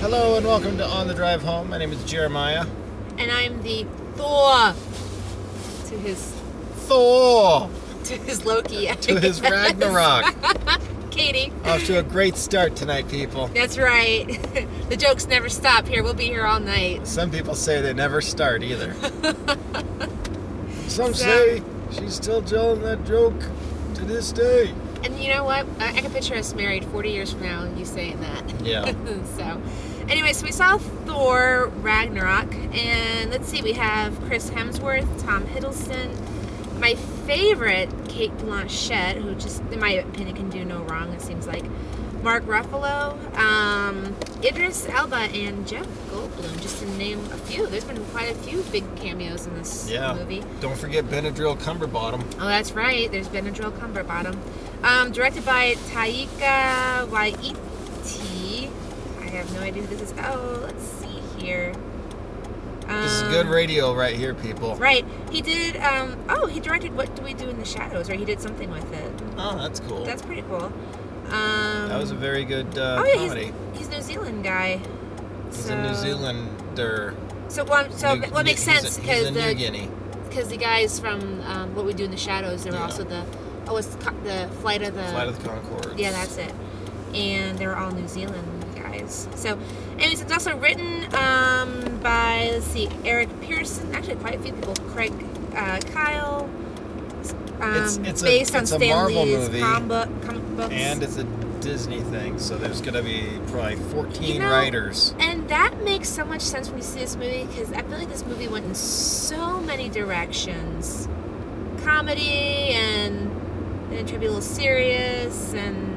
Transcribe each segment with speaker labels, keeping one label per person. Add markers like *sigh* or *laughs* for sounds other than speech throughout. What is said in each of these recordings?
Speaker 1: Hello and welcome to On the Drive Home. My name is Jeremiah.
Speaker 2: and I'm the Thor to his
Speaker 1: Thor
Speaker 2: to his Loki.
Speaker 1: to
Speaker 2: *laughs*
Speaker 1: his Ragnarok.
Speaker 2: Katie.
Speaker 1: Off to a great start tonight, people.
Speaker 2: That's right. *laughs* the jokes never stop here. We'll be here all night.
Speaker 1: Some people say they never start
Speaker 2: *laughs*
Speaker 1: either. Some
Speaker 2: So-
Speaker 1: say she's still telling that joke to this day.
Speaker 2: And you know what? I, I can picture us married 40 years from now and you saying that.
Speaker 1: Yeah.
Speaker 2: so, anyway, so we saw Thor Ragnarok, and let's see, we have Chris Hemsworth, Tom Hiddleston. My favorite, Kate Blanchett, who just, in my opinion, can do no wrong. It seems like Mark Ruffalo, um, Idris Elba, and Jeff Goldblum, just to name a few. There's been quite a few big cameos in this
Speaker 1: Yeah.
Speaker 2: movie.
Speaker 1: *laughs* Don't forget Benadryl Cumberbottom.
Speaker 2: Oh, that's right. There's Benadryl Cumberbottom. Um, directed by Taika Waititi. I have no idea who this is. Oh, let's see here. Um,
Speaker 1: This is good radio right here, people.
Speaker 2: Right. He did. Um, oh, he directed What Do We Do in the Shadows, or he did something with it.
Speaker 1: Oh, that's cool.
Speaker 2: That's pretty cool. Um,
Speaker 1: that was a very good uh,
Speaker 2: oh, yeah,
Speaker 1: comedy.
Speaker 2: He's, he's New Zealand guy.
Speaker 1: He's,
Speaker 2: so,
Speaker 1: a New Zealander.
Speaker 2: So, well, so
Speaker 1: New-
Speaker 2: what makes
Speaker 1: he's a-
Speaker 2: sense
Speaker 1: He's
Speaker 2: because
Speaker 1: a New
Speaker 2: the
Speaker 1: Guinea.
Speaker 2: because the guys from um, What We Do in the Shadows, they were
Speaker 1: Yeah.
Speaker 2: also the oh, it's co- the flight of the
Speaker 1: Flight of the Concords.
Speaker 2: uh, Yeah, that's it. And they're all New Zealand guys. So, anyways, it's also written um, by, let's see, Eric Pearson, actually quite a few people, Craig uh, Kyle. Um,
Speaker 1: It's- it's a-
Speaker 2: based on
Speaker 1: it's a
Speaker 2: Stan
Speaker 1: Marvel
Speaker 2: Lee's
Speaker 1: movie.
Speaker 2: comic, book, comic books.
Speaker 1: And it's a Disney thing, so there's gonna be probably 14
Speaker 2: You know-
Speaker 1: writers.
Speaker 2: And that makes so much sense when you see this movie because I feel like this movie went in so many directions comedy and then it tried to be a little serious and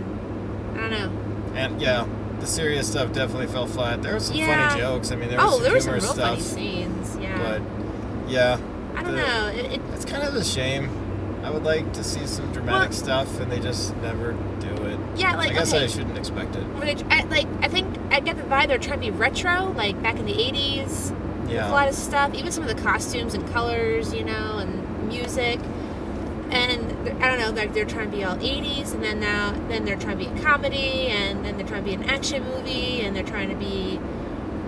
Speaker 2: I don't know.
Speaker 1: And yeah, the serious stuff definitely fell flat. There were some
Speaker 2: Yeah.
Speaker 1: funny jokes. I mean, there was
Speaker 2: oh,
Speaker 1: some
Speaker 2: there were some real
Speaker 1: humorous
Speaker 2: funny
Speaker 1: stuff,
Speaker 2: scenes. Yeah.
Speaker 1: but yeah,
Speaker 2: I don't
Speaker 1: the-
Speaker 2: know. It, it,
Speaker 1: it's kind of a shame. I would like to see some dramatic stuff, and they just never do it.
Speaker 2: yeah, like
Speaker 1: I guess
Speaker 2: okay.
Speaker 1: I shouldn't expect it.
Speaker 2: Were they- I, like I think I get the vibe they're trying to be retro, like back in the '80s. A
Speaker 1: Yeah,
Speaker 2: lot of stuff, even some of the costumes and colors, you know, and music. And they're- I don't know, like they're trying to be all '80s, and then now then they're trying to be a comedy, and then they're trying to be an action movie, and they're trying to be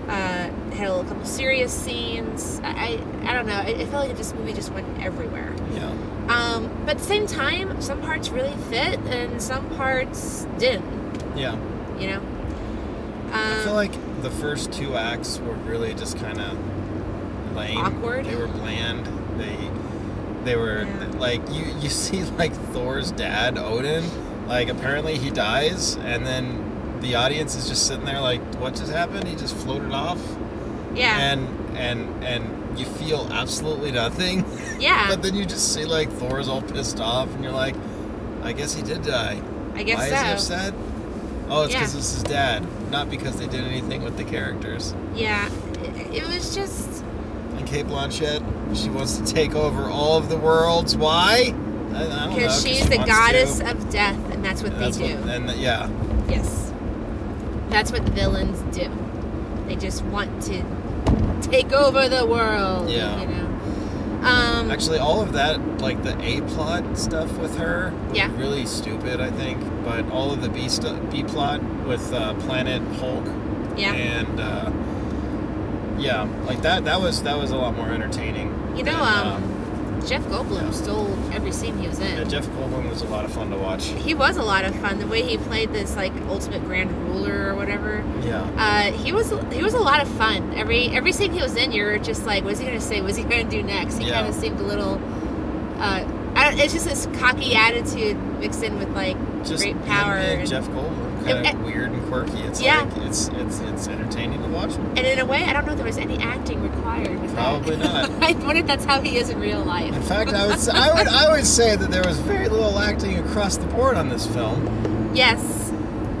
Speaker 2: uh, had a couple serious scenes. I I, I don't know. It, it felt like this movie just went everywhere.
Speaker 1: yeah.
Speaker 2: Um, but at the same time, some parts really fit and some parts didn't,
Speaker 1: Yeah,
Speaker 2: you know? Um,
Speaker 1: I feel like the first two acts were really just kind of lame.
Speaker 2: Awkward?
Speaker 1: They were bland. They they were
Speaker 2: Yeah.
Speaker 1: like you you see like Thor's dad Odin like apparently he dies and then the audience is just sitting there like what just happened? He just floated off
Speaker 2: yeah,
Speaker 1: and and and you feel absolutely nothing. *laughs*
Speaker 2: yeah,
Speaker 1: But then you just see like Thor's all pissed off and you're like I guess he did die.
Speaker 2: I guess
Speaker 1: Why
Speaker 2: so.
Speaker 1: is he upset? Oh, it's
Speaker 2: Yeah.
Speaker 1: because it's his dad, not because they did anything with the characters.
Speaker 2: Yeah, it, it was just,
Speaker 1: And Kate Blanchett, she wants to take over all of the worlds. Why? I, I don't know.
Speaker 2: because she's
Speaker 1: she
Speaker 2: the
Speaker 1: wants to.
Speaker 2: goddess of Mm-hmm. death, and that's what
Speaker 1: And that's
Speaker 2: they
Speaker 1: what-
Speaker 2: do.
Speaker 1: and the- yeah,
Speaker 2: yes. That's what villains do. They just want to take over the world,
Speaker 1: Yeah.
Speaker 2: you know? Um,
Speaker 1: actually, all of that, like the A plot stuff with her,
Speaker 2: Yeah.
Speaker 1: really stupid, I think. But all of the B stuff, B plot with uh, Planet Hulk,
Speaker 2: yeah.
Speaker 1: and uh, yeah, like that. That was that was a lot more entertaining.
Speaker 2: You know,
Speaker 1: than,
Speaker 2: um, Jeff Goldblum
Speaker 1: yeah.
Speaker 2: stole every scene he was in.
Speaker 1: Yeah, Jeff Goldblum was a lot of fun to watch.
Speaker 2: he was a lot of fun. The way he played this like ultimate grand ruler or whatever,
Speaker 1: Yeah.
Speaker 2: uh, he was he was a lot of fun. Every every scene he was in, you're just like, what's he gonna say? What's he gonna do next? He
Speaker 1: Yeah.
Speaker 2: kind of seemed a little. Uh, I don't, it's just this cocky attitude mixed in with like
Speaker 1: Just
Speaker 2: great
Speaker 1: him
Speaker 2: power
Speaker 1: and
Speaker 2: and-
Speaker 1: Jeff Goldblum, kind
Speaker 2: It-
Speaker 1: of weird and quirky. It's
Speaker 2: Yeah.
Speaker 1: like it's it's it's entertaining to watch.
Speaker 2: and in a way, I don't know if there was any acting required. *laughs* With
Speaker 1: Probably
Speaker 2: that.
Speaker 1: not.
Speaker 2: I wonder if that's how he is in real life.
Speaker 1: In fact, I would s- I would I would say that there was very little acting across the board on this film,
Speaker 2: Yes,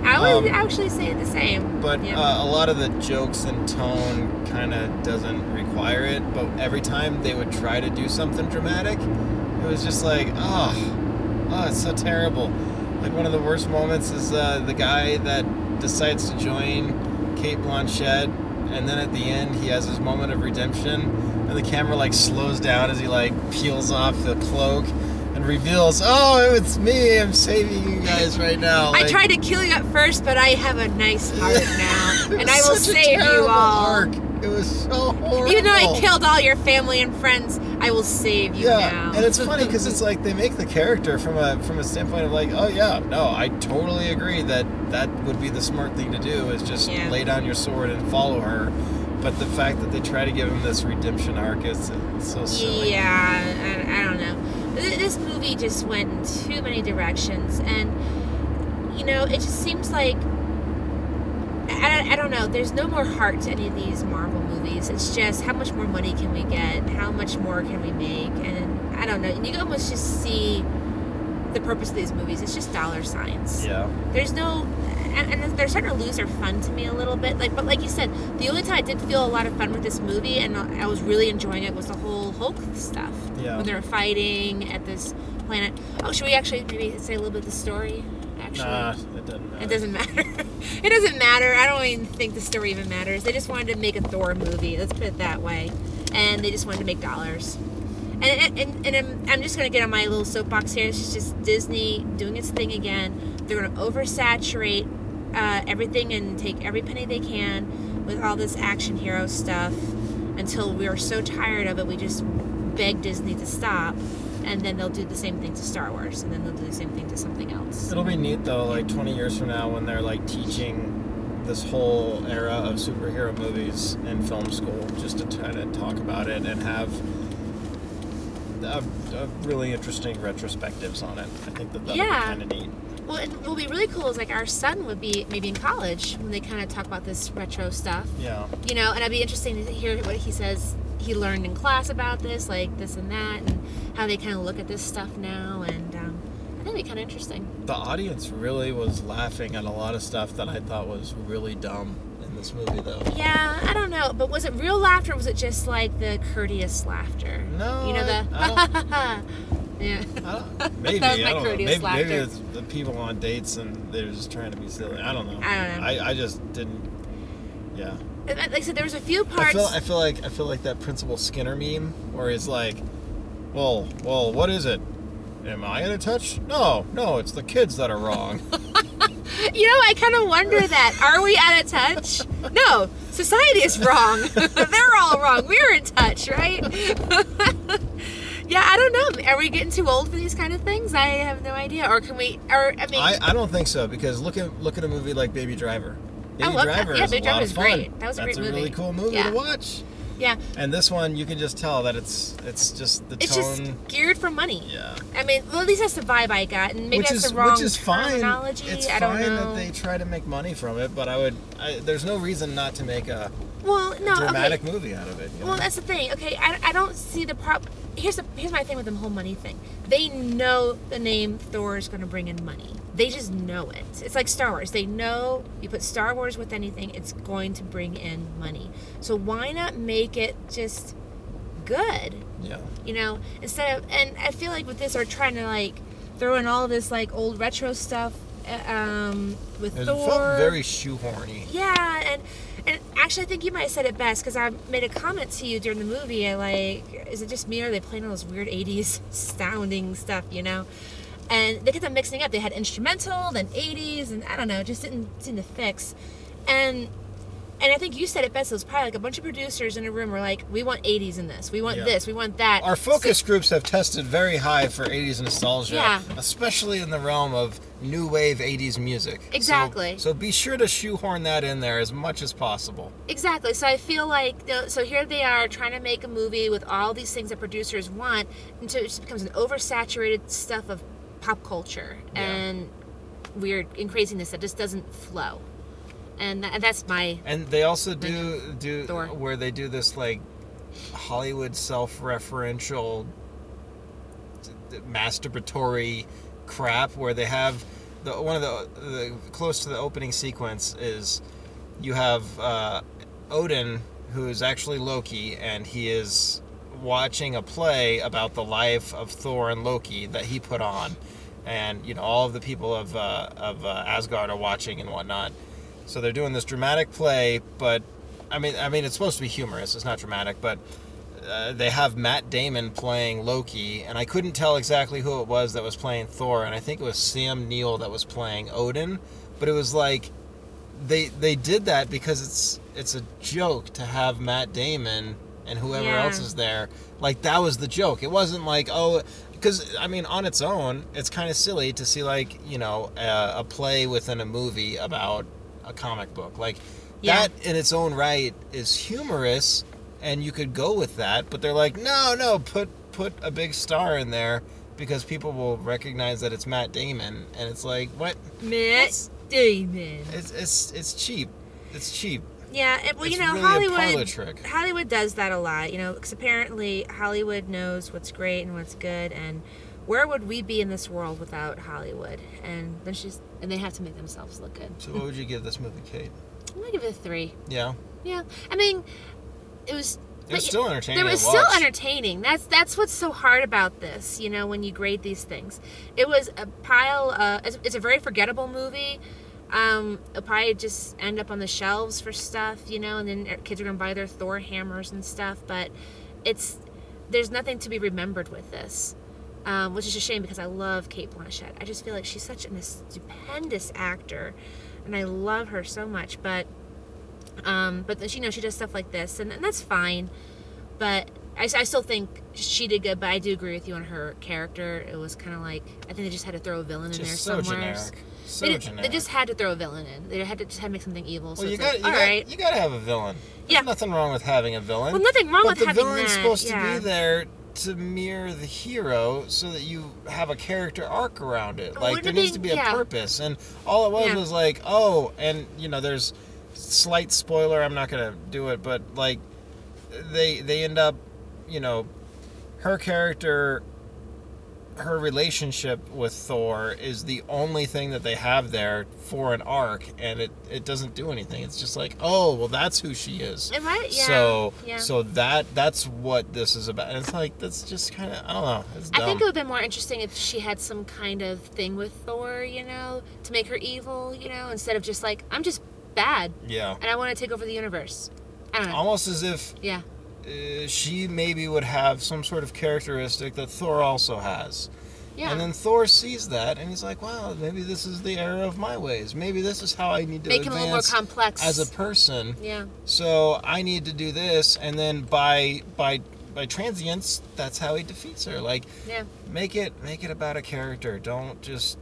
Speaker 2: I would
Speaker 1: Um,
Speaker 2: actually say the same.
Speaker 1: but
Speaker 2: Yeah.
Speaker 1: uh, a lot of the jokes and tone kind of doesn't require it. But every time they would try to do something dramatic, it was just like, oh, oh, it's so terrible. Like one of the worst moments is uh, the guy that decides to join Kate Blanchett, and then at the end he has his moment of redemption, and the camera like slows down as he like peels off the cloak, and reveals, "Oh, it's me. I'm saving you guys right now."
Speaker 2: I
Speaker 1: Like,
Speaker 2: tried to kill you at first, but I have a nice heart
Speaker 1: *laughs*
Speaker 2: now,
Speaker 1: it
Speaker 2: and
Speaker 1: was
Speaker 2: I will
Speaker 1: such a
Speaker 2: save you
Speaker 1: terrible
Speaker 2: all.
Speaker 1: Arc. It was so horrible.
Speaker 2: Even though I killed all your family and friends, I will save you
Speaker 1: Oh. yeah,
Speaker 2: now.
Speaker 1: and it's funny because it's like they make the character from a from a standpoint of like, oh yeah, no, I totally agree that that would be the smart thing to do is just
Speaker 2: Yeah.
Speaker 1: lay down your sword and follow her. But the fact that they try to give him this redemption arc is it's so silly.
Speaker 2: *laughs* Yeah, I, I don't know. Th- This movie just went in too many directions, and you know, it just seems like I, I don't know. There's no more heart to any of these Marvel movies. It's just how much more money can we get? How much more can we make? And I don't know. And you can almost just see the purpose of these movies. It's just dollar signs
Speaker 1: Yeah.
Speaker 2: there's no and, and they're starting to lose their fun to me a little bit like but like you said the only time i did feel a lot of fun with this movie and i was really enjoying it was the whole hulk stuff
Speaker 1: Yeah.
Speaker 2: when they were fighting at this planet oh should we actually maybe say a little bit of the story actually
Speaker 1: Nah, it doesn't matter.
Speaker 2: it doesn't matter *laughs* it doesn't matter i don't even think the story even matters they just wanted to make a thor movie let's put it that way and they just wanted to make dollars and, and, and I'm, I'm just going to get on my little soapbox here. It's just Disney doing its thing again. They're going to oversaturate uh, everything and take every penny they can with all this action hero stuff until we are so tired of it, we just beg Disney to stop. And then they'll do the same thing to Star Wars, and then they'll do the same thing to something else.
Speaker 1: It'll be neat though, like 20 years from now, when they're like teaching this whole era of superhero movies in film school, just to try to talk about it and have a, a really interesting retrospectives on it. I think that that would be
Speaker 2: Yeah.
Speaker 1: kind of neat.
Speaker 2: Well, and what would be really cool is like our son would be maybe in college when they kind of talk about this retro stuff.
Speaker 1: Yeah,
Speaker 2: you know, and it'd be interesting to hear what he says he learned in class about this, like this and that, and how they kind of look at this stuff now. And um, I think it'd be kind of interesting.
Speaker 1: the audience really was laughing at a lot of stuff that I thought was really dumb in this movie, though.
Speaker 2: Yeah, I don't know, but was it real laughter? or Was it just like the courteous laughter?
Speaker 1: No,
Speaker 2: you know the.
Speaker 1: I- I don't-
Speaker 2: yeah. *laughs*
Speaker 1: I don't, maybe
Speaker 2: That was my
Speaker 1: I don't know.
Speaker 2: courteous
Speaker 1: Maybe, maybe
Speaker 2: laughter.
Speaker 1: it's the people on dates and they're just trying to be silly. I don't know.
Speaker 2: I don't know.
Speaker 1: I, I just didn't. Yeah.
Speaker 2: And Like I said, there was a few
Speaker 1: I
Speaker 2: parts.
Speaker 1: feel I feel like I feel like that Principal Skinner meme where he's like, "Well, well, what is it? Am I in a touch? No, no, it's the kids that are wrong."
Speaker 2: *laughs* You know, I kind of wonder that. Are we out of touch? No, society is wrong. *laughs* They're all wrong. We're in touch, right? *laughs* yeah, I don't know. Are we getting too old for these kind of things? I have no idea. Or can we? Or I mean,
Speaker 1: I, I don't think so because look at look at a movie like Baby Driver. Baby
Speaker 2: love that.
Speaker 1: Driver
Speaker 2: Yeah,
Speaker 1: is
Speaker 2: Baby
Speaker 1: a lot
Speaker 2: Driver
Speaker 1: of
Speaker 2: is
Speaker 1: fun.
Speaker 2: great. That was a
Speaker 1: That's
Speaker 2: great
Speaker 1: a really
Speaker 2: movie.
Speaker 1: cool movie
Speaker 2: Yeah.
Speaker 1: to watch.
Speaker 2: yeah,
Speaker 1: And this one, you can just tell that it's it's just the
Speaker 2: it's
Speaker 1: tone.
Speaker 2: just geared for money.
Speaker 1: yeah.
Speaker 2: I mean, well, at least that's the vibe I got, and maybe
Speaker 1: which
Speaker 2: that's
Speaker 1: is
Speaker 2: the wrong
Speaker 1: which is fine.
Speaker 2: terminology.
Speaker 1: It's
Speaker 2: I don't
Speaker 1: fine
Speaker 2: know.
Speaker 1: that they try to make money from it, but I would. I, there's no reason not to make a
Speaker 2: well, no, okay.
Speaker 1: dramatic movie out of it. you
Speaker 2: Well,
Speaker 1: know?
Speaker 2: that's the thing. Okay, I, I don't see the problem. Here's the here's my thing with the whole money thing. They know the name Thor is going to bring in money. They just know it. It's like Star Wars. They know you put Star Wars with anything, it's going to bring in money. So why not make it just good?
Speaker 1: yeah.
Speaker 2: you know instead of and i feel like with this are trying to like throw in all this like old retro stuff uh, um with
Speaker 1: It
Speaker 2: thor
Speaker 1: felt very shoehorny.
Speaker 2: yeah and and actually i think you might have said it best because i made a comment to you during the movie and like is it just me or are they playing all this weird 80s sounding stuff you know and they kept on mixing up they had instrumental then 80s and i don't know it just didn't seem to fix and and I think you said it best. It was probably like a bunch of producers in a room were like, "We want '80s in this. We want
Speaker 1: Yeah.
Speaker 2: this. We want that."
Speaker 1: Our
Speaker 2: So-
Speaker 1: focus groups have tested very high for 80s nostalgia,
Speaker 2: Yeah.
Speaker 1: especially in the realm of new wave 80s music. So-
Speaker 2: Exactly.
Speaker 1: So, be sure to shoehorn that in there as much as possible.
Speaker 2: Exactly. So I feel like you know, so here they are trying to make a movie with all these things that producers want, and so it just becomes an oversaturated stuff of pop culture
Speaker 1: Yeah.
Speaker 2: and weird and craziness that just doesn't flow. And, tha- and that's my
Speaker 1: And they also do do
Speaker 2: Thor.
Speaker 1: where they do this like Hollywood self-referential d- d- masturbatory crap where they have the one of the, the close to the opening sequence is you have uh, Odin who is actually Loki and he is watching a play about the life of Thor and Loki that he put on and you know all of the people of uh, of uh, Asgard are watching and whatnot so they're doing this dramatic play but I mean I mean it's supposed to be humorous it's not dramatic but uh, they have Matt Damon playing Loki, and I couldn't tell exactly who it was that was playing Thor, and I think it was Sam Neill that was playing Odin, but it was like they they did that because it's it's a joke to have Matt Damon and whoever
Speaker 2: Yeah.
Speaker 1: else is there. Like that was the joke. It wasn't like oh. Because I mean, on its own, it's kind of silly to see like you know a, a play within a movie about a comic book. Like
Speaker 2: Yeah.
Speaker 1: that in its own right is humorous, and you could go with that. But they're like, no, no, put put a big star in there because people will recognize that it's Matt Damon, and it's like, what?
Speaker 2: Matt Damon.
Speaker 1: It's it's it's cheap. It's cheap.
Speaker 2: Yeah, it, well,
Speaker 1: it's
Speaker 2: you know,
Speaker 1: really a parlor
Speaker 2: Hollywood.
Speaker 1: trick.
Speaker 2: Hollywood does that a lot, you know, because apparently Hollywood knows what's great and what's good, and where would we be in this world without Hollywood? And then she's, and they have to make themselves look good.
Speaker 1: So what would you give this movie, Kate?
Speaker 2: I'm gonna give it a three.
Speaker 1: Yeah,
Speaker 2: Yeah, I mean, it was.
Speaker 1: it was
Speaker 2: but-
Speaker 1: still entertaining.
Speaker 2: There was
Speaker 1: to watch.
Speaker 2: still entertaining. That's that's what's so hard about this, you know, when you grade these things. It was a pile. Uh, it's, it's a very forgettable movie. Um, it'll probably just end up on the shelves for stuff, you know, and then uh, kids are gonna buy their Thor hammers and stuff. But it's there's nothing to be remembered with this, um, which is a shame because I love Kate Blanchett. I just feel like she's such an, a stupendous actor, and I love her so much. But um, but then she you know she does stuff like this, and, and that's fine. But I, s- I still think she did good. But I do agree with you on her character. It was kind of like I think they just had to throw a villain in there
Speaker 1: Just so
Speaker 2: somewhere.
Speaker 1: generic. So
Speaker 2: They, did-
Speaker 1: generic.
Speaker 2: they just had to throw a villain in. They had to just had to make something evil. So
Speaker 1: well, you
Speaker 2: it's
Speaker 1: got
Speaker 2: like,
Speaker 1: you
Speaker 2: all
Speaker 1: got
Speaker 2: right.
Speaker 1: you got to have a villain. There's
Speaker 2: Yeah.
Speaker 1: nothing wrong with having a villain.
Speaker 2: well, nothing wrong
Speaker 1: but
Speaker 2: with
Speaker 1: the
Speaker 2: having
Speaker 1: villain's
Speaker 2: that.
Speaker 1: supposed
Speaker 2: yeah.
Speaker 1: to be there to mirror the hero so that you have a character arc around it like
Speaker 2: Wouldn't
Speaker 1: there
Speaker 2: it
Speaker 1: needs
Speaker 2: be-
Speaker 1: to be a
Speaker 2: yeah.
Speaker 1: purpose and all it was
Speaker 2: Yeah.
Speaker 1: was like oh and you know there's slight spoiler i'm not gonna do it but like they they end up you know her character her relationship with thor is the only thing that they have there for an arc and it it doesn't do anything it's just like oh well that's who she is
Speaker 2: Am I? Yeah.
Speaker 1: so
Speaker 2: yeah.
Speaker 1: so that that's what this is about. And it's like that's just kind of I don't know. It's dumb.
Speaker 2: I think it would have been more interesting if she had some kind of thing with Thor, you know, to make her evil, you know, instead of just like, I'm just bad
Speaker 1: yeah.
Speaker 2: and I want to take over the universe. I don't know.
Speaker 1: Almost as if
Speaker 2: yeah.
Speaker 1: uh, she maybe would have some sort of characteristic that Thor also has.
Speaker 2: Yeah.
Speaker 1: And then Thor sees that and he's like, "Wow, maybe this is the error of my ways. Maybe this is how I need to
Speaker 2: Make him a
Speaker 1: advance
Speaker 2: little more complex.
Speaker 1: as a person."
Speaker 2: yeah.
Speaker 1: So I need to do this and then by by by transience, that's how he defeats her. Like
Speaker 2: Yeah.
Speaker 1: make it make it about a character. Don't just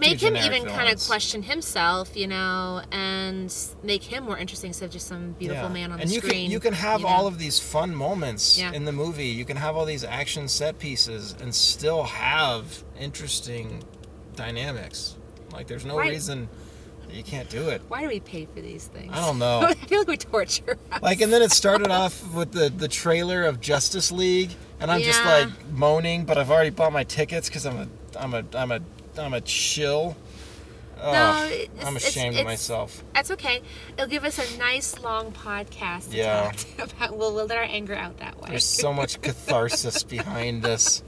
Speaker 1: don't do
Speaker 2: make him
Speaker 1: generic
Speaker 2: even kind of
Speaker 1: villains.
Speaker 2: question himself, you know, and make him more interesting instead of just some beautiful
Speaker 1: Yeah.
Speaker 2: man on
Speaker 1: and
Speaker 2: the
Speaker 1: you
Speaker 2: screen.
Speaker 1: Can, you can have
Speaker 2: you know?
Speaker 1: all of these fun moments
Speaker 2: Yeah.
Speaker 1: in the movie. You can have all these action set pieces and still have interesting dynamics. Like there's no
Speaker 2: Right.
Speaker 1: reason that you can't do it.
Speaker 2: Why do we pay for these things?
Speaker 1: I don't know.
Speaker 2: *laughs* I feel like we torture.
Speaker 1: Like and then
Speaker 2: *laughs*
Speaker 1: it started off with the the trailer of Justice League and I'm just
Speaker 2: Yeah.
Speaker 1: like moaning, but I've already bought my tickets cuz I'm a I'm a I'm a I'm a chill. Ugh,
Speaker 2: it's-
Speaker 1: I'm
Speaker 2: it's-
Speaker 1: ashamed
Speaker 2: it's-
Speaker 1: of myself.
Speaker 2: That's okay. It'll give us a nice long podcast to
Speaker 1: Yeah.
Speaker 2: talk *laughs* about. We'll, we'll let our anger out that way.
Speaker 1: There's
Speaker 2: *laughs*
Speaker 1: so much catharsis behind this.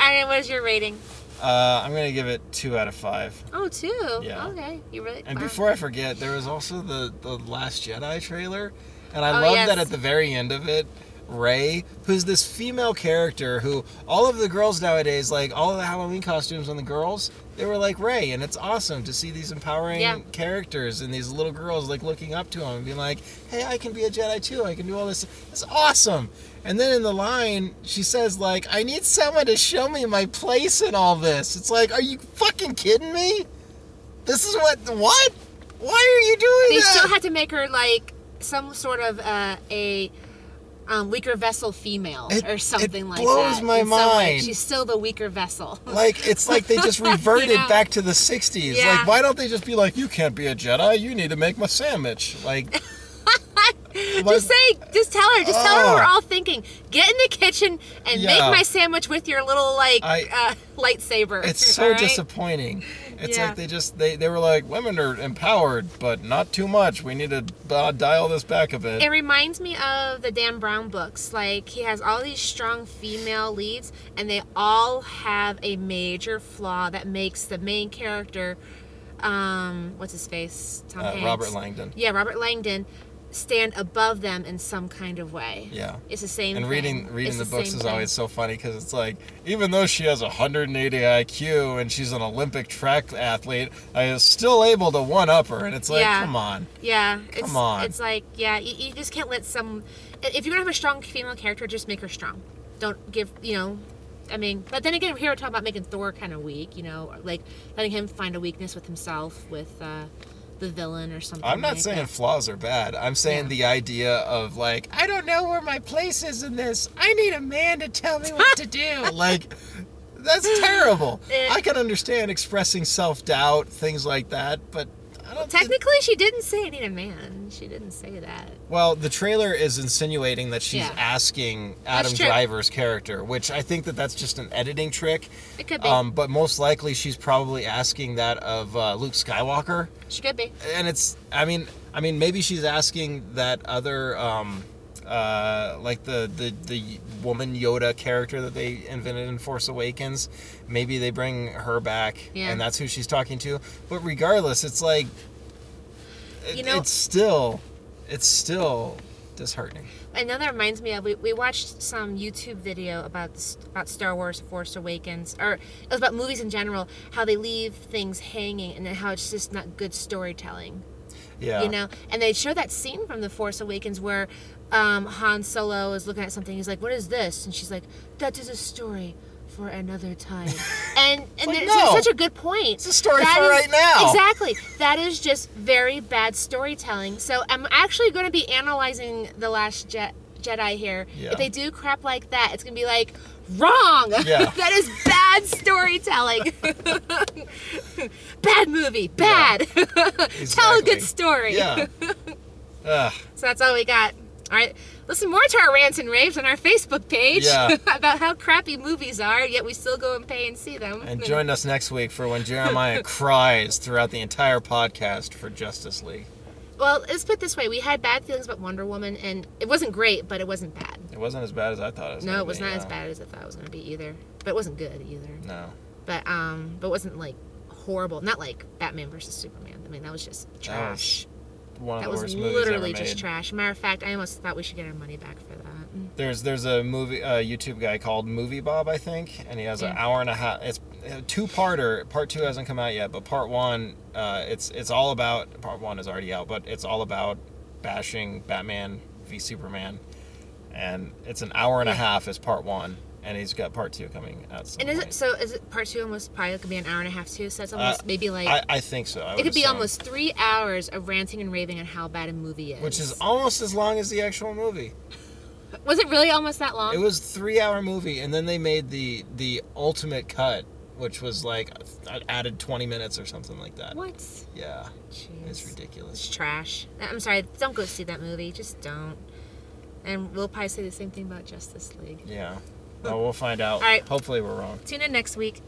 Speaker 2: All right, what is your rating?
Speaker 1: Uh, I'm gonna give it two out of five.
Speaker 2: Oh, two.
Speaker 1: Yeah.
Speaker 2: Okay. You really.
Speaker 1: And
Speaker 2: wow.
Speaker 1: before I forget, there was also the the Last Jedi trailer, and I
Speaker 2: Oh,
Speaker 1: love that
Speaker 2: yes.
Speaker 1: at the very end of it, Rey, who's this female character who all of the girls nowadays, like all of the Halloween costumes on the girls, they were like Rey, and it's awesome to see these empowering
Speaker 2: Yeah.
Speaker 1: characters and these little girls like looking up to them and being like, "Hey, I can be a Jedi too. I can do all this. It's awesome." And then in the line, she says like, "I need someone to show me my place in all this." It's like, "Are you fucking kidding me?" This is what what? Why are you doing
Speaker 2: they
Speaker 1: that?
Speaker 2: still had to make her like some sort of uh, a um, weaker vessel female
Speaker 1: It-
Speaker 2: or
Speaker 1: it
Speaker 2: something like that.
Speaker 1: blows my
Speaker 2: In some way,
Speaker 1: mind.
Speaker 2: she's still the weaker
Speaker 1: *laughs*
Speaker 2: vessel. *laughs*
Speaker 1: like it's like they just reverted
Speaker 2: You know?
Speaker 1: back to the 60s.
Speaker 2: Yeah.
Speaker 1: Like why don't they just be like you can't be a Jedi, you need to make my sandwich.
Speaker 2: *laughs*
Speaker 1: Like Like-
Speaker 2: just say, just tell her, just tell her what we're
Speaker 1: Oh.
Speaker 2: all thinking. Get in the kitchen and
Speaker 1: Yeah.
Speaker 2: make my sandwich with your little like
Speaker 1: I-
Speaker 2: uh, *laughs* lightsaber. *laughs*
Speaker 1: it's
Speaker 2: all
Speaker 1: so
Speaker 2: right?
Speaker 1: disappointing. It's
Speaker 2: Yeah.
Speaker 1: like they just they they were like women are empowered but not too much. We need to uh, dial this back a bit.
Speaker 2: It reminds me of the Dan Brown books. Like he has all these strong female leads, and they all have a major flaw that makes the main character, um, what's his face, Tom
Speaker 1: Uh,
Speaker 2: Hanks.
Speaker 1: Robert Langdon.
Speaker 2: Yeah, Robert Langdon, stand above them in some kind of way.
Speaker 1: Yeah.
Speaker 2: It's the same.
Speaker 1: And
Speaker 2: thing.
Speaker 1: reading reading
Speaker 2: It's
Speaker 1: the books
Speaker 2: same
Speaker 1: is
Speaker 2: thing.
Speaker 1: always so funny because it's like even though she has 180 IQ and she's an Olympic track athlete, I is still able to one up her, and it's like,
Speaker 2: Yeah.
Speaker 1: come on,
Speaker 2: Yeah, it's
Speaker 1: Come on.
Speaker 2: it's like yeah, you, you just can't let some. If you're gonna have a strong female character, just make her strong. Don't give you know. I mean, but then again, here we're talking about making Thor kind of weak, you know, or like letting him find a weakness with himself, with uh, the villain or something.
Speaker 1: I'm not
Speaker 2: like
Speaker 1: saying
Speaker 2: that.
Speaker 1: flaws are bad. I'm saying
Speaker 2: Yeah.
Speaker 1: the idea of like, I don't know where my place is in this. I need a man to tell me what to
Speaker 2: *laughs*
Speaker 1: do. like that's terrible.
Speaker 2: Eh.
Speaker 1: I can understand expressing self-doubt, things like that, but I don't think
Speaker 2: Technically, she didn't say I need a man. She didn't say that.
Speaker 1: Well, the trailer is insinuating that she's
Speaker 2: Yeah.
Speaker 1: asking
Speaker 2: That's
Speaker 1: Adam
Speaker 2: true.
Speaker 1: Driver's character, which I think that that's just an editing trick.
Speaker 2: It could be.
Speaker 1: Um, but most likely, she's probably asking that of uh, Luke Skywalker.
Speaker 2: she could be.
Speaker 1: And it's, I mean, I mean, maybe she's asking that other, um, uh, like the, the the woman Yoda character that they invented in Force Awakens. Maybe they bring her back,
Speaker 2: Yeah.
Speaker 1: and that's who she's talking to. But regardless, it's like, it-
Speaker 2: You know-
Speaker 1: it's still, it's still disheartening.
Speaker 2: I know that reminds me of we, we watched some YouTube video about s- about Star Wars Force Awakens or it was about movies in general how they leave things hanging and then how it's just not good storytelling
Speaker 1: Yeah.
Speaker 2: you know and they show that scene from the Force Awakens where um, Han Solo is looking at something he's like what is this and she's like that is a story for
Speaker 1: *laughs*
Speaker 2: another time and and
Speaker 1: like,
Speaker 2: it's
Speaker 1: no.
Speaker 2: such a good point
Speaker 1: It's a story for
Speaker 2: is-
Speaker 1: right now.
Speaker 2: Exactly. That is just very bad storytelling. So I'm actually going to be analyzing The Last Je- Jedi here.
Speaker 1: Yeah.
Speaker 2: If they do crap like that, it's going to be like, wrong.
Speaker 1: Yeah.
Speaker 2: *laughs* that is
Speaker 1: *laughs*
Speaker 2: bad storytelling. *laughs* bad movie. Bad. *laughs* Tell a
Speaker 1: Exactly.
Speaker 2: good story. *laughs*
Speaker 1: Yeah. Ugh.
Speaker 2: So that's all we got. All right. Listen more to our rants and raves on our Facebook page
Speaker 1: Yeah.
Speaker 2: *laughs* about how crappy movies are, yet we still go and pay and see them.
Speaker 1: And join us next week for when
Speaker 2: *laughs*
Speaker 1: Jeremiah cries throughout the entire podcast for Justice League.
Speaker 2: Well, let's put it this way: we had bad feelings about Wonder Woman, and it wasn't great, but it wasn't bad.
Speaker 1: It wasn't as bad as I thought it was.
Speaker 2: No,
Speaker 1: gonna
Speaker 2: it was
Speaker 1: be,
Speaker 2: not as
Speaker 1: no.
Speaker 2: bad as I thought it was gonna be either. But it wasn't good either.
Speaker 1: No.
Speaker 2: But um, but it wasn't like horrible. Not like Batman versus Superman. I mean, that was just trash.
Speaker 1: Ah, One of
Speaker 2: That
Speaker 1: the
Speaker 2: was,
Speaker 1: worst movies
Speaker 2: literally
Speaker 1: ever
Speaker 2: just
Speaker 1: made. Mm-hmm.
Speaker 2: trash. Matter of fact, I almost thought we should get our money back for that.
Speaker 1: There's there's a movie uh, YouTube guy called Movie Bob I think, and he has an
Speaker 2: Yeah.
Speaker 1: hour and a half. It's two parter. Part two hasn't come out yet, but part one, uh, it's it's all about. Part one is already out, but it's all about bashing Batman v Superman, and it's an hour and a
Speaker 2: Yeah.
Speaker 1: half is part one, and he's got part two coming out. Some
Speaker 2: And is
Speaker 1: point.
Speaker 2: it so? Is it part two almost probably could be an hour and a half too? So that's
Speaker 1: Uh,
Speaker 2: almost maybe like
Speaker 1: I, I think so. I
Speaker 2: it
Speaker 1: would
Speaker 2: could be
Speaker 1: assume.
Speaker 2: almost three hours of ranting and raving on how bad a movie is.
Speaker 1: Which is almost as long as the actual movie.
Speaker 2: was it really almost that long?
Speaker 1: It was three hour movie, and then they made the the ultimate cut, which was like uh, added twenty minutes or something like that.
Speaker 2: what?
Speaker 1: Yeah, it's
Speaker 2: Jeez. It's
Speaker 1: ridiculous.
Speaker 2: trash. Uh, I'm sorry. Don't go see that movie. Just don't. And we'll probably say the same thing about Justice League.
Speaker 1: Yeah. Well, we'll find out.
Speaker 2: All right.
Speaker 1: Hopefully, we're wrong.
Speaker 2: Tune in next week.